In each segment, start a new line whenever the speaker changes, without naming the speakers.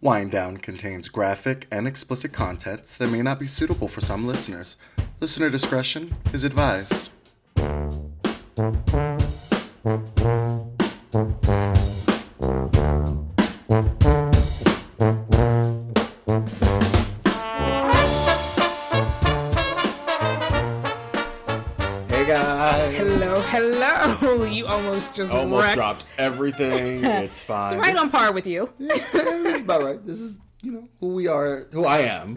Wind Down contains graphic and explicit contents that may not be suitable for some listeners. Listener discretion is advised.
Hey guys.
Hello, hello. You almost just
Almost
wrecked.
dropped everything. It's fine.
It's right
this,
on par with you.
yeah, this is about right. This is, you know, who we are, who I am.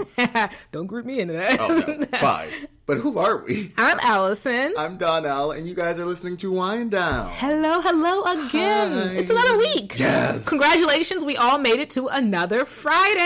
Don't group me into that.
Oh, no. Uh, Fine. But who are we?
I'm Allison.
I'm Donnell, and you guys are listening to Wind Down.
hello, hello again.
Hi.
It's another week.
Yes.
Congratulations, we all made it to another Friday.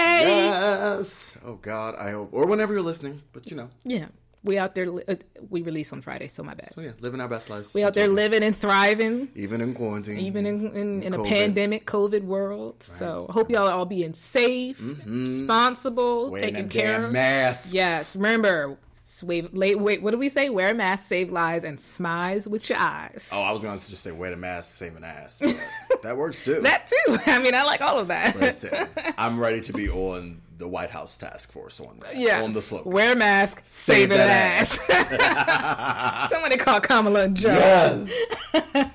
Yes. Oh, God, I hope. Or whenever you're listening. But, you know,
Yeah. We out there, li- uh, we release on Friday, so my bad.
so Oh, yeah, living our best lives.
We out there living and thriving,
Even in quarantine.
even in, in, in a
COVID.
pandemic, COVID world. So I hope y'all are all being safe, responsible,
Wearing
taking
them
care
Mm-hmm. damn masks.
Yes, remember, save, late, wait, what do we say? Wear a mask, save lives, and smize with your eyes.
Oh, I was going to just say wear the mask, save an ass. but that works too.
That too. I mean, I like all of that.
Listen, I'm ready to be on the White House task force on that.
Yes.
On the slope.
Wear a mask, save, an
that
ass. Somebody call Kamala and Joe.
Yes.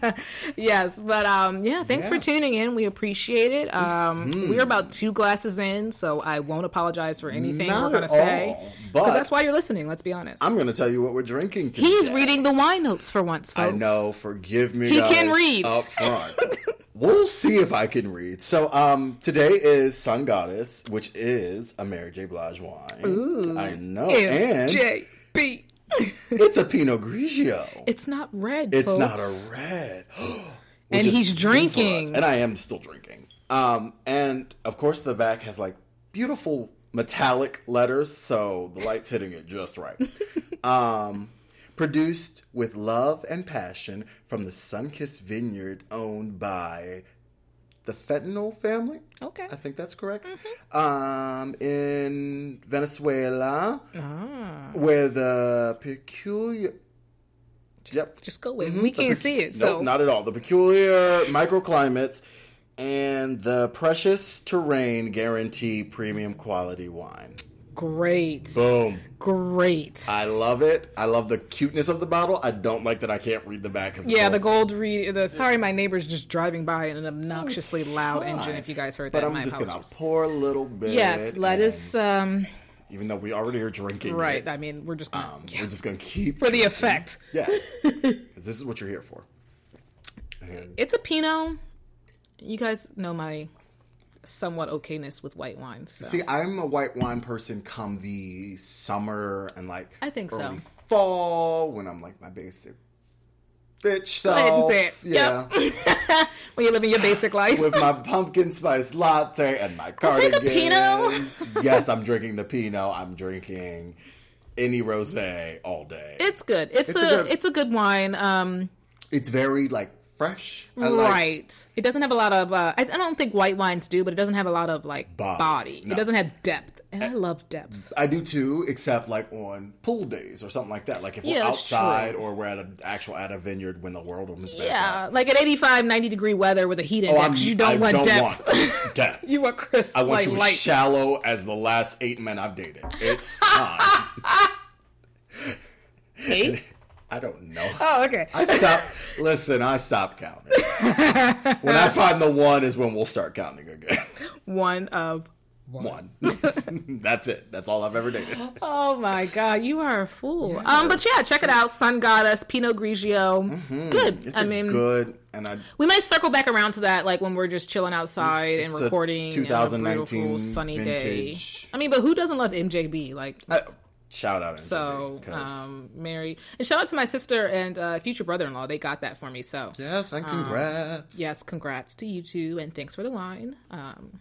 Yes, but um, yeah, thanks
Yeah. Mm-hmm.
for tuning in. We appreciate it. Um, We're about two glasses in, so I won't apologize for anything
Not
we're going to
at all,
say.
but-
Because that's why you're listening, let's be honest.
I'm gonna tell you what we're drinking today.
He's reading the wine notes for once,
I
folks.
know. Forgive me.
He
guys,
can read.
up front. we'll see if I can read. So, um, today is Sun Goddess, which is a Mary J. Blige wine. Ooh, I know, and
MJB.
it's a Pinot Grigio.
It's not red.
It's
folks.
not a red. Which
And
is
he's
new for us.
drinking.
And I am still drinking. Um, and of course the back has like beautiful metallic letters, so the light's hitting it just right. um, produced with love and passion from the Sunkissed Vineyard owned by the Fentanyl family.
Okay.
I think that's correct.
Mm-hmm.
Um, in Venezuela,
Ah.
where the peculiar yep.
Just go with it. We can't see it.
Mm-hmm. Nope,
So
not at all. The peculiar microclimates and the precious terrain guarantee premium quality wine.
great.
Boom.
Great.
I love it. I love the cuteness of the bottle. I don't like that I can't read the back. 'cause it's
yeah,
all
the gold read. The sorry, my neighbor's just driving by in an obnoxiously loud engine. If you guys heard
But
that,
I'm
my
just
apologies.
gonna pour a little bit.
Yes, let
and-
us. Um,
Even though we already are drinking.
right.
it,
I mean, we're just gonna,
um, mm-hmm. we're just gonna keep
for the effect.
Yes, because this is what you're here for. And
It's a Pinot. You guys know my somewhat okayness with white wines. So.
see, I'm a white wine person. Come the summer and like
I think so.
early fall when I'm like my basic bitch self.
Go ahead and say it.
Yeah.
when you're living your basic life.
With my pumpkin spice latte and my
take
cardigan.
a
yes, I'm drinking the Pinot. I'm drinking any rosé all day.
it's good. It's,
It's a
a,
good-
it's a good wine. Um,
it's very like fresh. I like-
right. It doesn't have a lot of. Uh, I, I don't think white wines do, but it doesn't have a lot of like
Body.
body.
No.
It doesn't have depth, and I love depth.
I do too, except like on pool days or something like that. Like if we're
Yeah, that's true.
outside or we're at an actual at a vineyard when the world opens back up.
Yeah, like at 85, 90 degree weather with a heat
Oh,
index, you don't
I
want
don't
depth.
want depth.
you want crisp,
I want
like
you as
light.
shallow as the last eight men I've dated. It's fine.
Eight?
I don't know.
Oh, okay.
I stop. Listen, I stop counting. when I find the one is when we'll start counting again.
One of.
One. That's it. That's all I've ever dated.
Oh my God, you are a fool. Um, but yeah, check it out. Sun Goddess, Pinot Grigio. Good.
Mm-hmm. It's
I
a
mean,
good. And I
we might circle back around to that, like when we're just chilling outside and
It's a
recording. and a beautiful
2019
sunny
vintage.
day. I mean, but who doesn't love MJB? Like,
I- shout out.
So,
Angelina, 'cause-
um, Mary, and shout out to my sister and uh, future brother-in-law. They got that for me. So,
yes,
um,
and congrats.
yes, congrats to you two, and thanks for the wine. Um,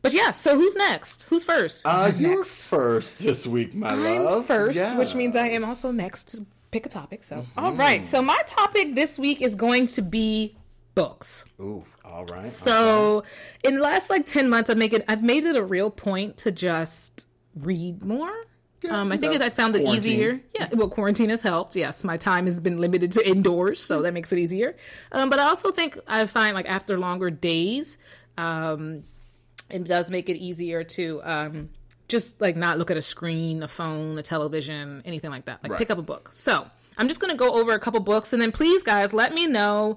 but yeah, so who's next? Who's first?
Uh, you're first this week, my love.
I'm first, which means I am
Yes. Mm-hmm.
also next to pick a topic. So, all right. So my topic this week is going to be books.
Ooh, all right.
So in the last like ten months, I've making I've made it a real point to just read more. um, I
you
think
know,
I found it
quarantine.
easier. Yeah, well, quarantine has helped. Yes, my time has been limited to indoors, so that makes it easier. Um, but I also think I find like after longer days, um, it does make it easier to um, just like not look at a screen, a phone, a television, anything like that. Like
Right.
pick up a book. So I'm just gonna go over a couple books, and then please, guys, let me know,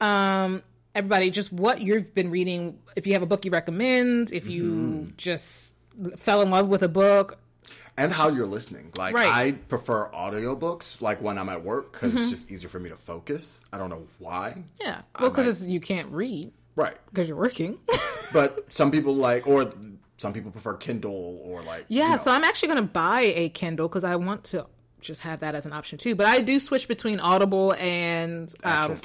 um, everybody, just what you've been reading. If you have a book you recommend, if you just fell in love with a book,
and how you're listening. Like
Right.
I prefer audiobooks, like when I'm at work, because
Mm-hmm.
it's just easier for me to focus. I don't know why.
yeah, well, because you can't read
Right,
because you're working.
but some people like, or some people prefer Kindle, or like, you know.
Yeah, so I'm actually going to buy a Kindle because I want to just have that as an option too. But I do switch between Audible and um,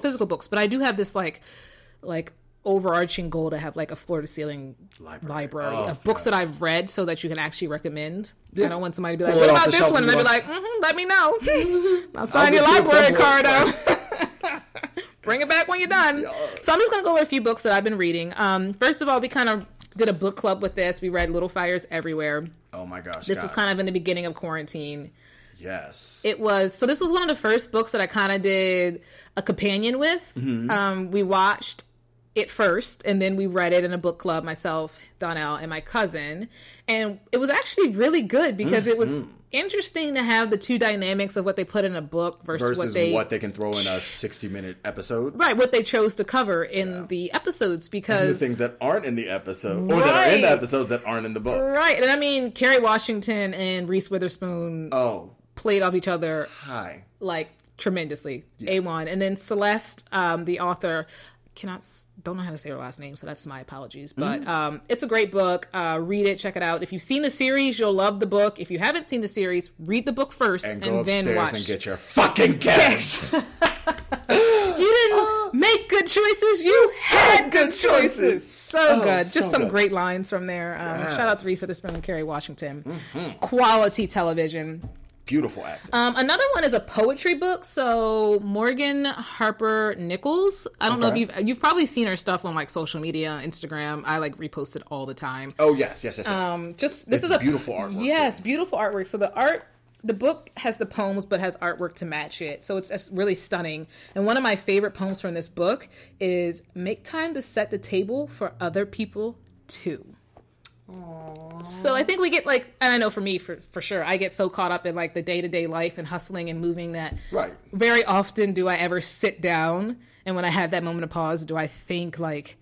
physical
physical,
books.
books. But I do have this like like overarching goal to have like a floor to ceiling library,
Library. Oh,
of books that
yes.
I've read so that you can actually recommend. I don't want somebody to be like,
Pull it
"What
off
about
the
this
shelf
one?"
and
And they'd be
be
like, mm-hmm, "Let me know. I'll sign your
get you at
library
some
card
point."
out." Bring it back when you're done. So I'm just gonna go over a few books that I've been reading. Um, first of all, we kind of did a book club with this. We read Little Fires Everywhere.
oh my gosh,
This was kind of in the beginning of quarantine.
yes,
It was so. This was one of the first books that I kind of did a companion with.
Mm-hmm.
Um, we watched it first, and then we read it in a book club. Myself, Donnell, and my cousin, and it was actually really good because it was
Mm-hmm.
interesting to have the two dynamics of what they put in a book versus,
versus
what they
can throw in a sixty-minute episode.
right what they chose to cover in the episodes
The
because
things that aren't in the episode, or that are in the
Right.
episodes that aren't in the book.
right and I mean Carrie Washington and Reese Witherspoon
Oh,
played off each other
hi.
like tremendously. A1. And then Celeste, um, the author, cannot s- don't know how to say her last name, so that's my apologies. But
Mm-hmm.
um, it's a great book. Uh, read it, check it out. If you've seen the series, you'll love the book. If you haven't seen the series, read the book first
And
and,
go
then
upstairs
watch.
and get your fucking gas.
you didn't make good choices. You had good choices. So
Oh,
good. Just
so
some
good.
great lines from there. Um, Shout out to Reese Witherspoon and Kerry Washington.
Mm-hmm.
Quality television.
Beautiful acting.
Um, another one is a poetry book. So Morgan Harper Nichols. I don't know if
Okay.
you've you've probably seen her stuff on like social media, Instagram. I like repost it all the time.
oh yes, yes, yes, yes.
Um, just this
It's
is a
beautiful artwork,
Yes, beautiful artwork. So the art, the book has the poems, but has artwork to match it. So it's, it's really stunning. And one of my favorite poems from this book is "Make time to set the table for other people too." So I think we get like, and I know for me, for for sure, I get so caught up in like the day to day life and hustling and moving that
Right.
very often do I ever sit down and when I have that moment of pause, do I think like,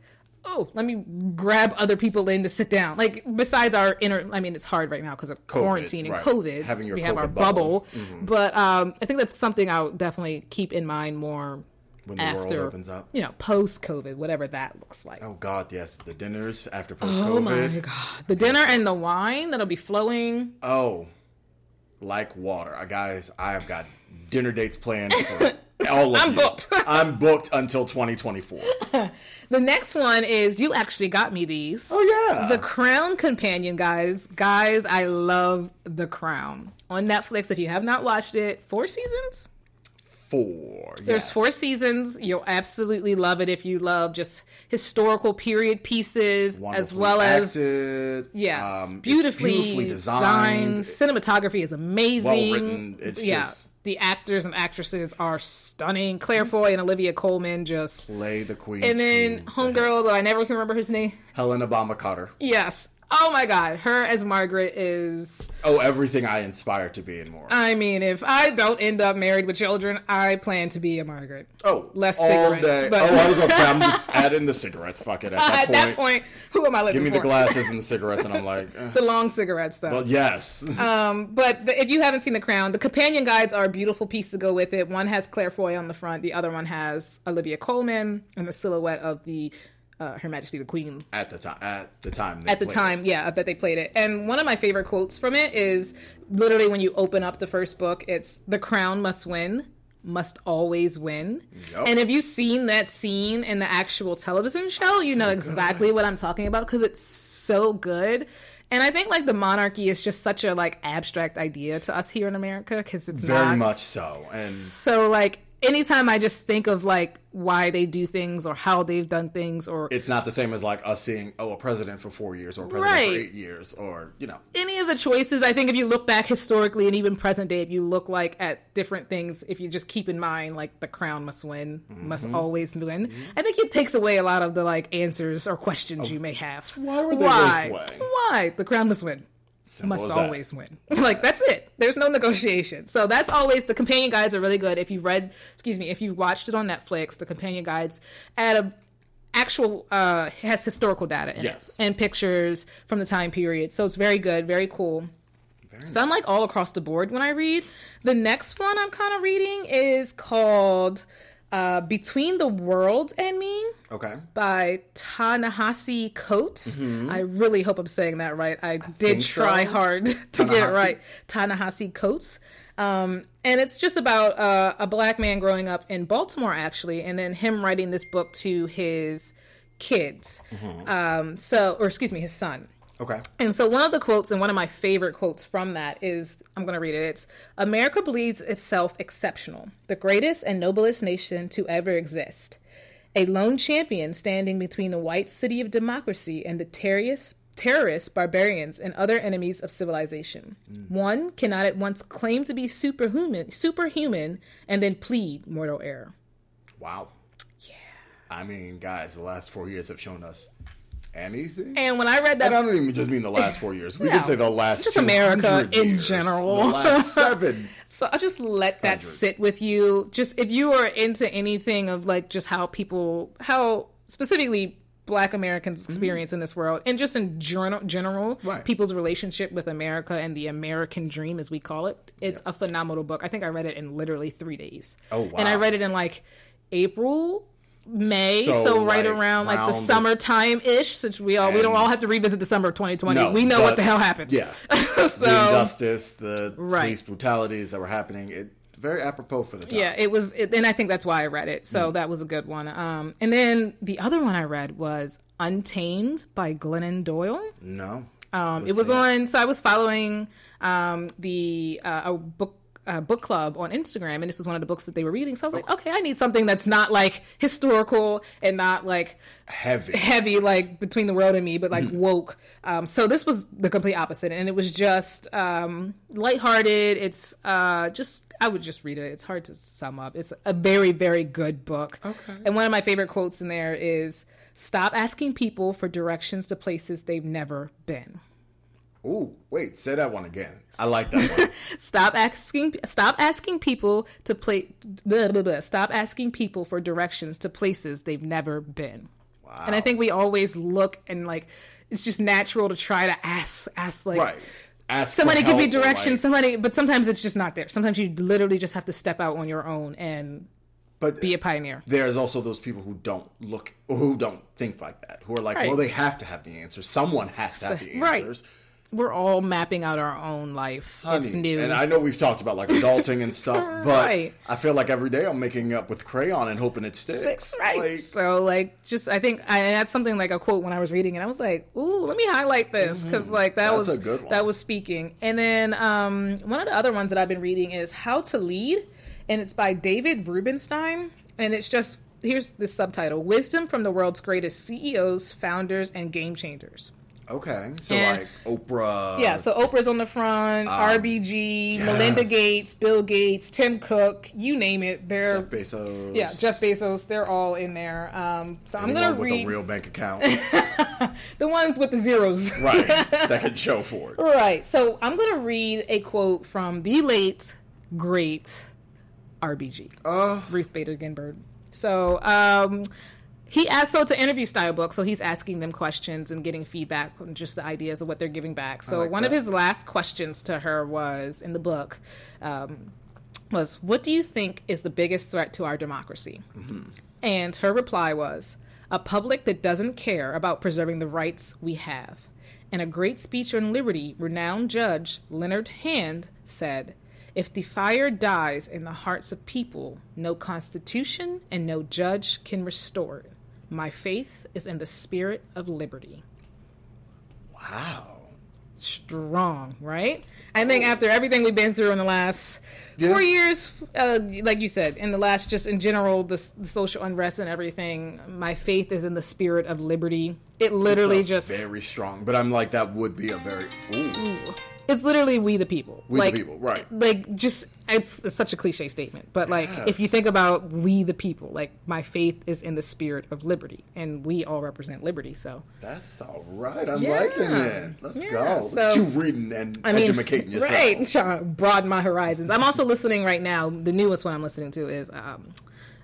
oh, let me grab other people in to sit down? Like besides our inner, I mean, it's hard right now because of quarantine and
right.
COVID.
Having your
we have
COVID
our
bubble. Mm-hmm.
bubble, but um, I think that's something I'll definitely keep in mind more
When the
after
world opens up.
you know, post COVID, whatever that looks like.
Oh God, yes, the dinners after post
Oh my
COVID.
god, the dinner and the wine that'll be flowing.
Oh, like water, Uh, guys. I've got dinner dates planned for all of I'm
booked.
I'm booked until 2024.
The next one is you actually got me these.
Oh yeah,
The Crown Companion, guys. Guys, I love The Crown. On Netflix, if you have not watched it, four seasons?
four.
There's
yes.
four seasons. You'll absolutely love it if you love just historical period pieces as
Wonderfully
well as
acted.
yes,
Um, it's
beautifully,
designed.
designed. Cinematography is amazing.
well-written. It's
yeah.
just-
the actors and actresses are stunning. Claire Foy and Olivia Coleman just
Lay the queen.
and then
to
Homegirl, though I never can remember his name.
Helena Obama Carter.
Yes. Oh my God. Her as Margaret is.
Oh, everything I inspire to be and more.
I mean, if I don't end up married with children, I plan to be a Margaret.
oh,
less
all
cigarettes,
day-
but-
Oh, I was gonna say I'm just adding the cigarettes. Fuck it. At that,
At
point,
that point, who am I looking
give me
for?
the glasses and the cigarettes, and I'm like, eh.
The long cigarettes, though.
well, yes.
but the, if you haven't seen The Crown, the companion guides are a beautiful piece to go with it. One has Claire Foy on the front, the other one has Olivia Coleman and the silhouette of the uh, Her Majesty the Queen
at the time, at the time,
at the time yeah that they played it and one of my favorite quotes from it is literally when you open up the first book it's the crown must win must always win
Yup.
and if you've seen that scene in the actual television show you know exactly what i'm talking about because it's so good and i think like the monarchy is just such a like abstract idea to us here in america because it's
very
not
much so, and
so like anytime I just think of like why they do things or how they've done things or
It's not the same as like us seeing oh a president for four years or a president for
Right.
eight years or you know
any of the choices, I think if you look back historically and even present day, if you look like at different things, if you just keep in mind like the crown must win,
Mm-hmm.
must always win, I think it takes away a lot of the like answers or questions you may have. Why
were they this way?
Why the crown must win?
Simple
must
as that.
always win. like that's it. There's no negotiation. So that's always the companion guides are really good. If you read, excuse me, if you watched it on Netflix, the companion guides add a actual uh has historical data in
Yes.
it and pictures from the time period. So it's very good, very cool. So I'm like all across the board when I read. The next one I'm kind of reading is called uh, Between the World and Me
okay
by Ta-Nehisi Coates. I really hope I'm saying that right. I, did
Mm-hmm. think
try
so.
hard to get it
Ta-Nehisi?
right. Ta-Nehisi Coates. Um, and it's just about uh, a black man growing up in Baltimore, actually, and then him writing this book to his kids.
Mm-hmm.
Um, so, or excuse me, his son.
okay
And so, one of the quotes, and one of my favorite quotes from that is I'm going to read it. It's America believes itself exceptional, the greatest and noblest nation to ever exist. A lone champion standing between the white city of democracy and the terrorist, terrorist barbarians and other enemies of civilization. One cannot at once claim to be superhuman, superhuman and then plead mortal error.
wow yeah I mean guys the last four years have shown us anything
And when I read that,
And I don't even just mean the last four years. We
No.
could say the last
Just America
200
in
years,
general.
The last seven.
So I'll just let that sit with you. Just if you are into anything of like just how people, how specifically Black Americans experience in this world, and just in general, general
Mm-hmm. Right.
people's relationship with America and the American dream, as we call it, it's a phenomenal book. I think I read it in literally three days.
Oh, wow.
And I read it in like April. May, so,
So,
right
like,
around like the
round the-
summertime ish, since we all we don't
And-
all have to revisit the summer of 2020.
No,
we know what
but-
the hell happened.
Yeah.
so
the injustice, the
Right.
police brutalities that were happening. It very apropos for the time.
Yeah, it was, it, and I think that's why I read it. So that was a good one. Um, and then the other one I read was Untamed by Glennon Doyle.
No.
Um, it was on. So I was following um, the uh, a book. Uh, book club on Instagram, and this was one of the books that they were reading. So I was like, okay, I need something that's not like historical and not like
Heavy.
heavy like between the world and me but like woke um so this was the complete opposite and it was just um lighthearted it's uh just i would just read it it's hard to sum up it's a very very good book okay and one of my favorite quotes in there is stop asking people for directions to places they've never been
Ooh, wait, say that one again. I like that one.
stop asking stop asking people to play blah, blah, blah. stop asking people for directions to places they've never been
Wow.
and i think we always look and like it's just natural to try to ask ask like
right. Ask for
somebody give me
help or,
directions
like-
somebody but sometimes it's just not there sometimes you literally just have to step out on your own and
but
be a pioneer
there's also those people who don't look or who don't think like that. Who are like,
Right.
well, they have to have the answers. Someone has to have the
Right.
answers.
we're all mapping out our own life it's
Honey,
new
And I know we've talked about like adulting and stuff, but
Right.
I feel like every day I'm making up with crayon and hoping it sticks.
six, right?
Like,
so like, just I think I, and that's something like a quote when I was reading, it. I was like, "Ooh, let me highlight this" because like that
Mm-hmm. That's
was
a good one.
that was speaking. And then um, one of the other ones that I've been reading is "How to Lead," and it's by David Rubenstein, and it's just here's the subtitle: "Wisdom from the World's Greatest CEOs, Founders, and Game Changers."
okay, so
And-
like Oprah.
Yeah, so Oprah's on the front, RBG, Melinda
Ah, yes.
Gates, Bill Gates, Tim Cook, you name it. They're
Bezos.
yeah, Jeff Bezos, they're all in there. Um, so I'm
anyone
gonna
with
read
a real bank account,
the ones with the zeros.
right? That can show for it.
right. So I'm gonna read a quote from the late great RBG,
Uh,
Ruth Bader Ginsburg. So um, he asked so to interview style book. So he's asking them questions and getting feedback on just the ideas of what they're giving back. So
like
one of
that.
his last questions to her was in the book. Um, was what do you think is the biggest threat to our democracy? And her reply was a public that doesn't care about preserving the rights we have. In a great speech on liberty, renowned judge Leonard Hand said, If the fire dies in the hearts of people, no constitution and no judge can restore it. My faith is in the spirit of liberty.
wow.
strong, right? I think after everything we've been through in the last four years, uh, like you said, in the last just in general, the, s- the social unrest and everything, my faith is in the spirit of liberty. It literally just.
very strong. But I'm like, that would be a very ooh,
It's literally we the people.
we
like,
the people, right?
Like just it's, it's such a cliche statement, but like if you think about we the people, like my faith is in the spirit of liberty, and we all represent liberty. So
That's all right. I'm
Yeah.
liking it. Let's
Yeah,
go. Look at
so-
you reading and
I mean,
educating yourself.
right? I'm trying to broaden my horizons. I'm also listening right now. The newest one I'm listening to is um,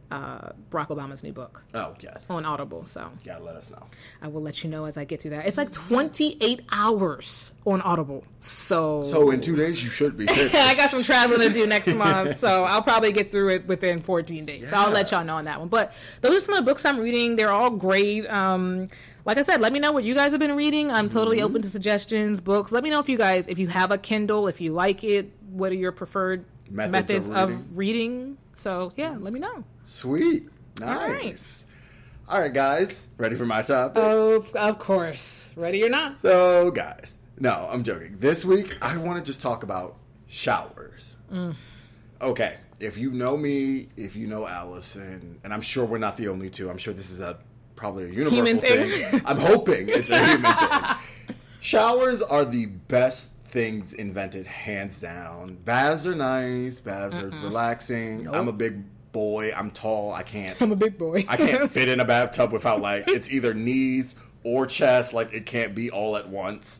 uh, Barack Obama's new book
Oh yes.
on Audible. So
Gotta let us know.
I will let you know as I get through that. It's like 28 hours on Audible. So,
So in two days you should be finished.
I got some traveling to do next month, so I'll probably get through it within 14 days. So I'll let y'all know on that one. But those are some of the books I'm reading. They're all great. Um, like I said, let me know what you guys have been reading. I'm totally
Mm-hmm.
open to suggestions, books. Let me know if you guys, if you have a Kindle, if you like it, what are your preferred methods,
Methods of
of, reading? So yeah, let me know.
Sweet.
All right.
Nice. All right, guys. Ready for my topic?
Of, of course, ready or not.
So, guys, no, I'm joking. This week, I want to just talk about showers. Okay, if you know me, if you know Allison, and I'm sure we're not the only two. I'm sure this is a probably a universal
Human
thing.
thing.
I'm hoping it's a human thing. Showers are the best things invented, hands down. Baths are nice. Baths are relaxing. I'm a big boy. I'm tall. I can't.
I'm a big boy.
I can't fit in a bathtub without like it's either knees or chest. Like it can't be all at once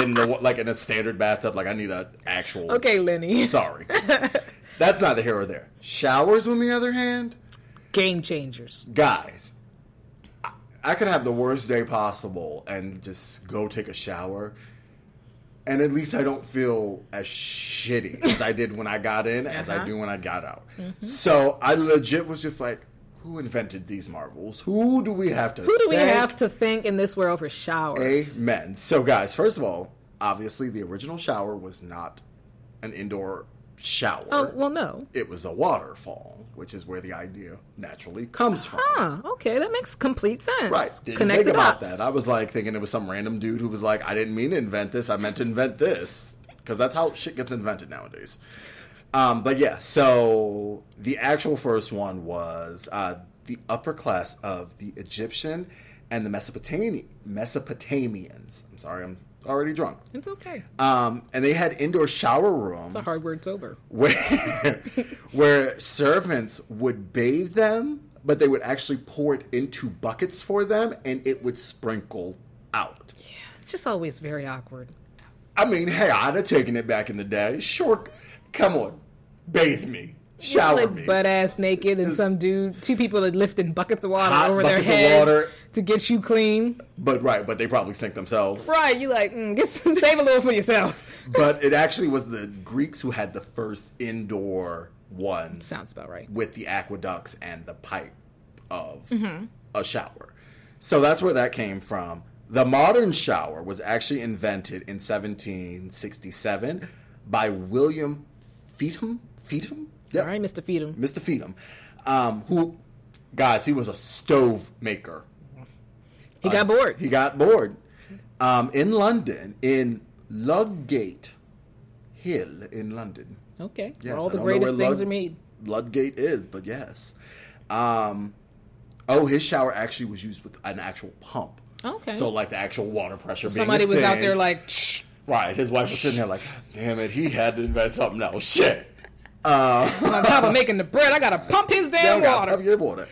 in the like in a standard bathtub. Like I need an actual.
okay, Lenny.
Sorry. That's not the here or there. Showers, on the other hand,
Game changers.
guys, I- I could have the worst day possible and just go take a shower. And at least I don't feel as shitty as I did when I got in as I
Uh-huh. Mm-hmm.
do when I got out. So I legit was just like, who invented these marvels? Who do we have to
Who do we
thank?
have to thank in this world for showers?
Amen. So, guys, first of all, obviously the original shower was not an indoor shower.
Oh well, no.
It was a waterfall, which is where the idea naturally comes from.
Huh, okay, that makes complete sense.
Right. Didn't
Connect
think
the
about
dots.
that. I was like thinking it was some random dude who was like, I didn't mean to invent this. I meant to invent this. Because that's how shit gets invented nowadays. Um, but yeah, so the actual first one was uh, the upper class of the Egyptian and the Mesopotami- Mesopotamians. I'm sorry, I'm already drunk.
It's okay.
Um, and they had indoor shower rooms
It's a hard word sober.
where where servants would bathe them, but they would actually pour it into buckets for them, and it would sprinkle out.
It's just always very awkward.
I mean, hey, I'd have taken it back in the day. Sure, come on, bathe me, shower me.
Like butt ass naked and
Just-
some dude, two people are lifting buckets of water
Hot
over their
buckets of
head
water.
to get you clean.
But right, but they probably sink themselves.
Right? You like mm, get some, save a little for yourself.
But it actually was the Greeks who had the first indoor ones.
Sounds about right.
with the aqueducts and the pipe of
Mm-hmm.
a shower. So that's where that came from. The modern shower was actually invented in 1767 by William Feetham. Feetham? Yep.
All right, Mister Feedham.
Mr. Feetham. Um, who, guys, he was a stove maker.
He got bored.
He got bored. Um, in London, in Ludgate Hill in London.
okay.
Yes,
All
I
the
don't know where
greatest things
Lud-
are made.
Ludgate is, but yes. Um, oh, his shower actually was used with an actual pump.
Okay.
So like the actual water pressure. being
Somebody
a
was out
thing.
there like, "Shh,
right. His wife was sitting there like, damn it, he had to invent something else. Shit.
on top of making the bread, I gotta pump his damn
Y'all gotta
water.
pump your water.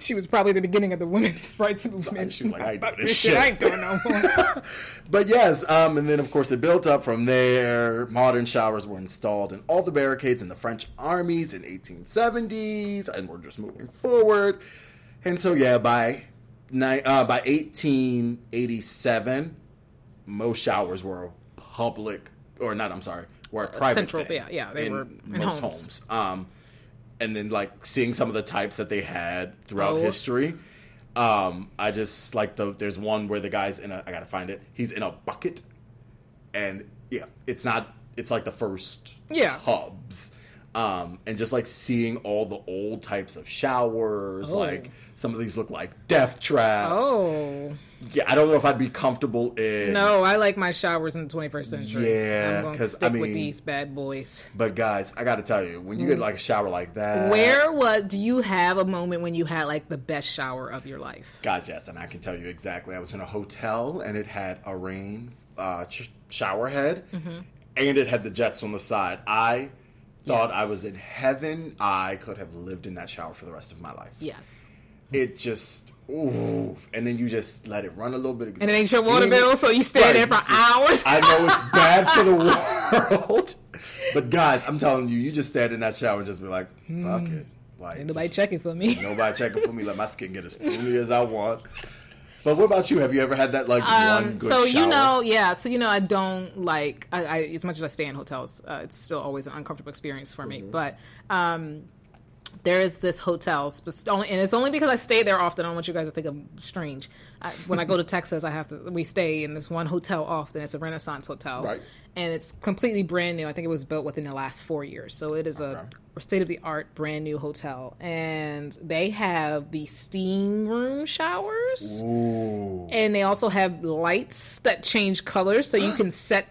She was probably the beginning of the women's rights movement.
She was like, I ain't doing
Fuck
this
this
shit.
I ain't doing no more.
But yes, um, and then of course it built up from there. Modern showers were installed in all the barricades in the French armies in 1870s, and we're just moving forward. And so yeah, by ni- uh, by 1887, most showers were public, or not. I'm sorry, were a private.
central,
thing
yeah, yeah, they were in homes.
Um, and then like seeing some of the types that they had throughout
Oh.
history. Um, I just like the there's one where the guy's in a I gotta find it. He's in a bucket, and yeah, it's not. It's like the first
Yeah.
hubs. Um, and just like seeing all the old types of showers,
Oh.
like some of these look like death traps.
Oh
Yeah, I don't know if I'd be comfortable in.
no, I like my showers in the 21st century.
Yeah,
I'm gonna
'cause,
stick
I mean-
with these bad boys.
But guys, I gotta tell you, when you get like a shower like that,
Mm. Where was? Do you have a moment when you had like the best shower of your life?
Guys, yes, and I can tell you exactly. I was in a hotel and it had a rain uh, sh- shower head
Mm-hmm.
and it had the jets on the side. I thought I
Yes.
was in heaven. I could have lived in that shower for the rest of my life.
Yes.
It just, ooh. And then you just let it run a little bit.
And it ain't your water bill, so you stay there for hours.
I know it's bad for the world. But guys, I'm telling you, you just stand in that shower and just be like, fuck it. Like,
Hmm. Ain't nobody
just-
checking for me.
Nobody checking for me. Let my skin get as creamy as I want. But what about you? Have you ever had that like one good
Um, so you
shower?
know yeah so you know i don't like I, I as much as i stay in hotels uh, it's still always an uncomfortable experience for
Mm-hmm.
me but um there is this hotel spec- only- and it's only because i stay there often i don't want you guys to think i'm strange I, when i go to texas i have to we stay in this one hotel often it's a renaissance hotel
Right.
and it's completely brand new i think it was built within the last four years so it is a state of the art brand new hotel and they have the steam room showers
Ooh.
and they also have lights that change colors so you can set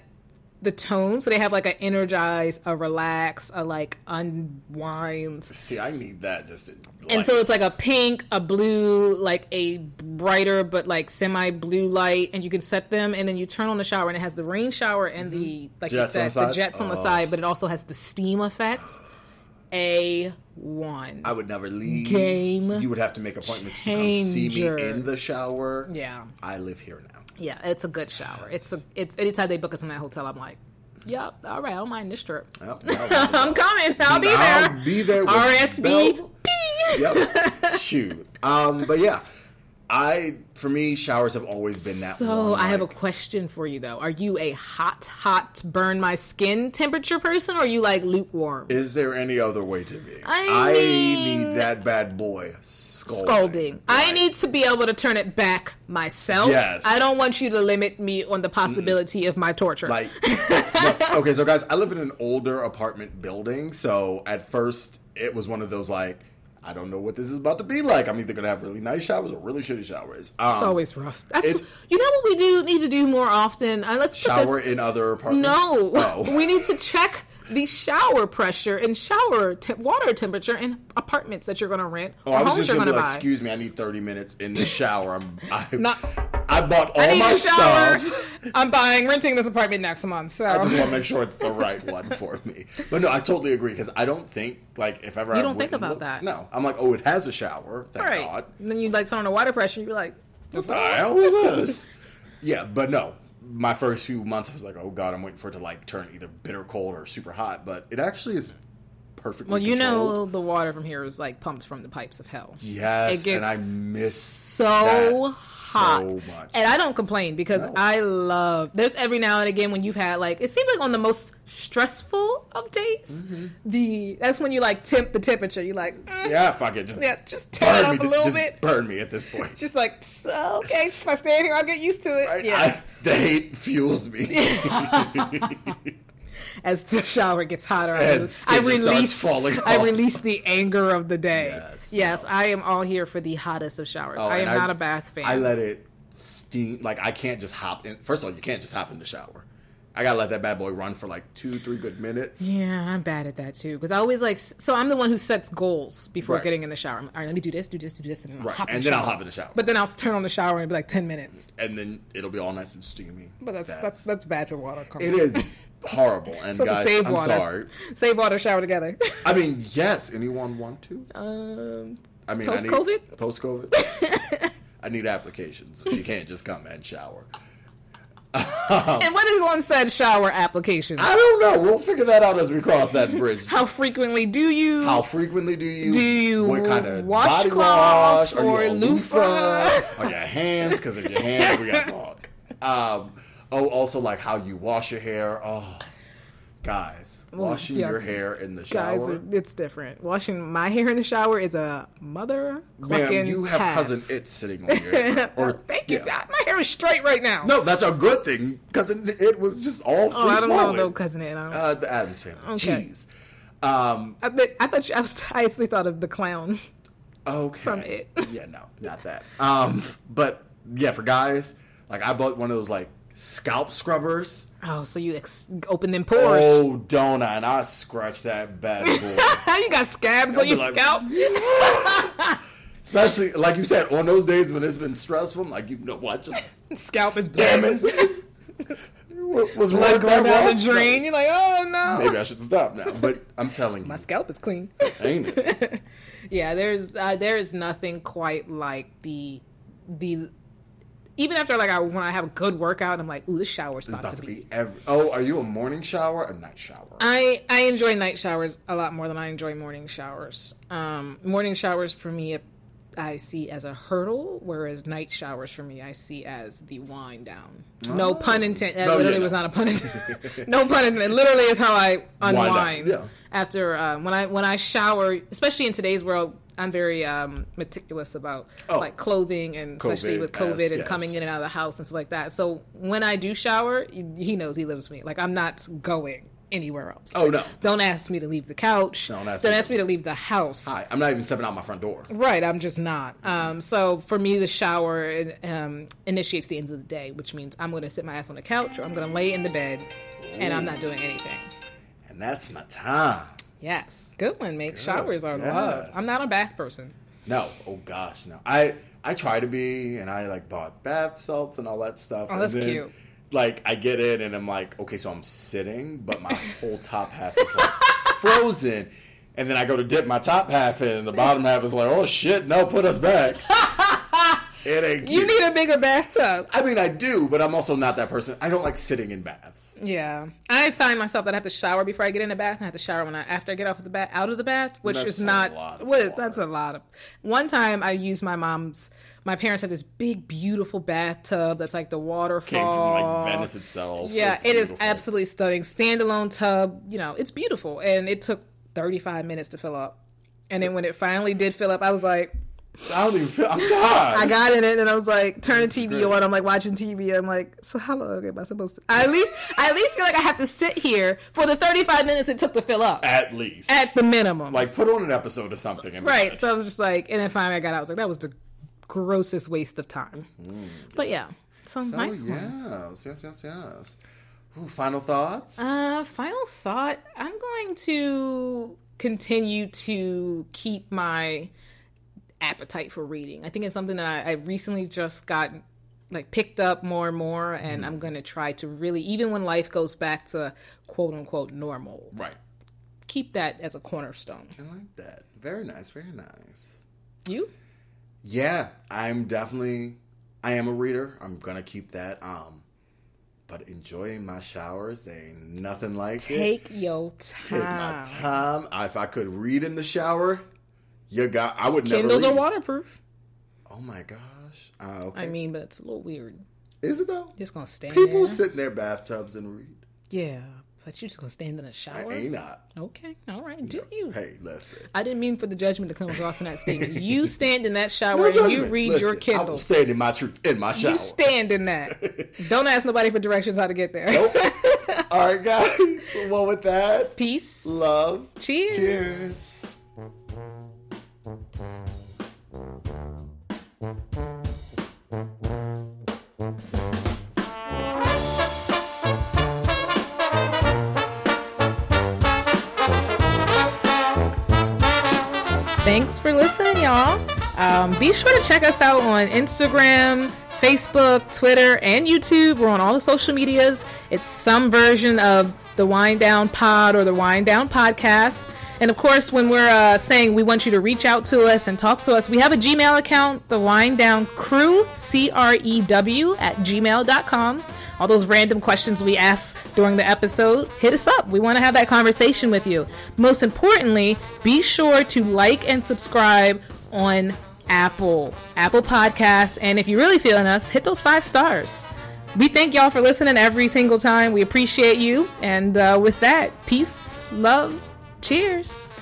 the tone so they have like a energize a relax a like unwind
See, I need that just. To, like,
and so it's like a pink a blue like a brighter but like semi blue light and you can set them and then you turn on the shower and it has the rain shower and the like
Mm-hmm. Jets
you
on
said
the
the,
side?
jets on the
Oh.
side but it also has the steam effect a one
I would never leave.
Game
You would have to make appointments to come see
changer.
me in the shower.
yeah
I live here now.
Yeah, it's a good shower. It's a it's anytime they book us in that hotel, I'm like, yep, all right, I don't mind this trip.
Yep, now-
I'm coming. I'll be there.
I'll be there. With bells
RSB.
yep. Shoot. Um, but yeah, I for me showers have always been that.
So
one,
I have a
like-
question for you though. Are you a hot, hot burn my skin temperature person, or are you like lukewarm?
Is there any other way to be?
I mean-
need that bad boy scolding.
Scolding. I need to be able to turn it back myself.
Yes.
I don't want you to limit me on the possibility of my torture.
Like, look, okay, so guys, I live in an older apartment building, so at first it was one of those like, I don't know what this is about to be like. I'm either gonna have really nice showers or really shitty showers. Um,
it's always rough. That's
it's-
you know what we do need to do more often. And let's put this-
shower in other apartments.
No,
Oh.
we need to check the shower pressure and shower te- water temperature in apartments that you're going to rent
Oh,
or
I was
homes
just
you're
gonna
going
be like,
to buy.
excuse me, I need 30 minutes in the shower. I'm, I,
Not-
I bought all
I need
my
a shower.
stuff.
I'm buying, renting this apartment next month. So
I just want to make sure it's the right one for me. But no, I totally agree because I don't think like if ever
You
I
don't think
went and
about
looked-
that.
No, I'm like, oh, it has a shower. Thank
all right.
God.
And then you like turn on the water pressure. You're like,
The hell is this? yeah, but no. My first few months, I was like, oh God, I'm waiting for it to like turn either bitter cold or super hot. But it actually is perfectly.
well, you
controlled.
know, the water from here is like pumped from the pipes of hell.
Yes,
it gets
and I miss
so
that
hot.
so much.
And I don't complain because
No.
I love there's every now and again when you've had like it seems like on the most stressful of days,
Mm-hmm.
the that's when you like temp the temperature. You like mm, yeah.
yeah, fuck it, just
just turn it
burn
up
me,
a little
just
bit.
burn me at this point.
Just like "So, okay, if I stay in here, I'll get used to it.
Right?
yeah.
I- the hate fuels me.
as the shower gets hotter, I
And
just- I
skin just starts
release
falling
I
off.
release the anger of the day. Yes,
Yes,
I am all here for the hottest of showers.
Oh,
I am
and
not a bath fan.
I let it steam. Like I can't just hop in. First of all, you can't just hop in the shower. I gotta let that bad boy run for like two, three good minutes.
Yeah, I'm bad at that too because I always like. So I'm the one who sets goals before
Right.
getting in the shower. I'm, all right, let me do this, do this, do this, and then I'll
Right,
hop in
and
the
then I'll
shower.
hop in the shower.
But then I'll turn on the shower and be like ten minutes.
and then it'll be all nice and steamy.
But that's that's that's bad for water. Come
it
on.
is horrible. And
Supposed to
guys,
save
I'm
water.
sorry.
Save water, shower together.
I mean, yes. Anyone want to?
um,
I mean,
post-COVID?
Post COVID. I need applications. You can't just come and shower.
and what is on said shower application?
Oh. I don't know. We'll figure that out as we cross that bridge.
How frequently do you?
How frequently do you
Do you
what kind of body wash?
washcloth
Are
or
you a loofah?
loofah?
Are your hands? Because of your hands, we gotta talk. Um, oh, also like how you wash your hair. Oh, guys, washing
yeah.
your hair in the shower.
Guys, it's different. Washing my hair in the shower is a mother.
Ma'am, you have
task.
cousin it sitting on your hair. Or
Thank you.
yeah.
God, my hair is straight right now.
No, that's a good thing. Cousin it was just all free
oh, I don't know
flowing.
though, cousin. It. I don't
Uh, the Adams family.
Okay.
Jeez. Um,
I, bet- I thought you, I, was, I actually thought of the clown.
okay.
From it.
yeah, no, not that. Um, but yeah, for guys, like I bought one of those like scalp scrubbers.
Oh, so you ex- open them pores?
Oh, don't I? And I scratch that bad boy.
you got scabs on
be
your
like-
scalp?
Especially like you said, on those days when it's been stressful, I'm like you know what? Just
scalp is bad.
damn it. What was
Like
like
going
that
down
wrong?
the drain. You're like, oh no.
Maybe I should stop now. But I'm telling you,
My scalp is clean.
ain't it?
yeah, there's uh, there is nothing quite like the the even after like I when I have a good workout, I'm like, ooh, this shower's
It's
about,
about to be every. Oh, are you a morning shower or night shower?
I I enjoy night showers a lot more than I enjoy morning showers. Um, morning showers for me, I see as a hurdle, whereas night showers for me, I see as the wind down. No pun intended. That
Oh. No, yeah,
literally
no.
was not a pun. intended. no pun intended. Literally is how I
down,
unwind
yeah.
after uh, when I when I shower, especially in today's world. I'm very um, meticulous about like clothing and especially
Oh. COVID,
with COVID
yes,
and
yes.
coming in and out of the house and stuff like that. So when I do shower, he knows he lives with me. Like I'm not going anywhere else.
Oh, no.
Don't ask me to leave the couch.
Don't ask
Don't
me
ask me to leave the house.
I, I'm not even stepping out my front door.
Right, I'm just not. Um, so for me, the shower um, initiates the end of the day, which means I'm going to sit my ass on the couch or I'm going to lay in the bed, and I'm not doing anything.
And that's my time.
Yes, good one, mate. Showers are love.
yes.
I'm not a bath person.
No, oh gosh, no. I I try to be, and I like bought bath salts and all that stuff. and
Oh, that's cute.
Like I get in, and I'm like, okay, so I'm sitting, but my whole top half is like frozen. And then I go to dip my top half in, and the bottom half is like, oh shit, no, put us back. it ain't
You
cute.
need a bigger bathtub.
I mean, I do, but I'm also not that person. I don't like sitting in baths.
Yeah, I find myself that I have to shower before I get in the bath, and I have to shower when I after I get off of the bath, out of the bath, which
That's
is
a
not
lot of
what is
water.
that's a lot of. One time I used my mom's. My parents had this big, beautiful bathtub that's like the waterfall.
Came from like Venice itself.
Yeah,
It's
it is
beautiful.
absolutely stunning. Standalone tub, you know, it's beautiful, and it took 35 minutes to fill up. And then when it finally did fill up, I was like,
I don't even feel. I'm tired.
I got in it and I was like, turn the TV on. I'm like watching TV. I'm like, so how long am I supposed to? I at least, I at least feel like I have to sit here for the 35 minutes it took to fill up
At least.
at the minimum.
like put on an episode or something. And
right. So I was just like, and then finally I got out. I was like, that was the grossest waste of time. but yeah, so,
Mm, So,
nice one.
Oh, yes, yes, yes, yes. Ooh, final thoughts?
Uh, final thought. I'm going to continue to keep my appetite for reading. I think it's something that I, I recently just got like picked up more and more, and
Mm-hmm.
I'm going to try to really, even when life goes back to quote unquote normal,
right.
keep that as a cornerstone.
I like that. Very nice. Very nice.
You?
Yeah, I'm definitely. I am a reader. I'm gonna keep that. Um, but enjoying my showers, they ain't nothing like it.
Take your
Take
time.
my time. If I could read in the shower, you got. I would never.
Kindles are
read.
waterproof.
Oh my gosh. Uh, okay.
I mean, but it's a little weird.
Is it though?
Just gonna stand
People
there.
sit in their bathtubs and read.
yeah, but you're just gonna stand in a shower.
Ain't not.
Okay, all right. Do you?
Hey, listen.
I didn't mean for the judgment to come across in that statement. You stand in that shower
No
and you
judgment.
read your
Listen, I'm
Kindle.
standing my truth in my shower.
You stand in that. Don't ask nobody for directions how to get there.
All right, guys. Well, with that,
Peace.
love.
Cheers.
Cheers.
Thanks for listening, y'all. Um, be sure to check us out on Instagram, Facebook, Twitter, and YouTube. We're on all the social medias. It's some version of the Wind Down Pod or the Wind Down Podcast. And of course, when we're uh, saying we want you to reach out to us and talk to us, we have a Gmail account, the Wind Down Crew, C R E W, at gmail.com. All those random questions we ask during the episode, hit us up. We want to have that conversation with you. Most importantly, be sure to like and subscribe on Apple, Apple Podcasts. And if you're really feeling us, hit those five stars. We thank y'all for listening every single time. We appreciate you. And uh, with that, peace, love, cheers.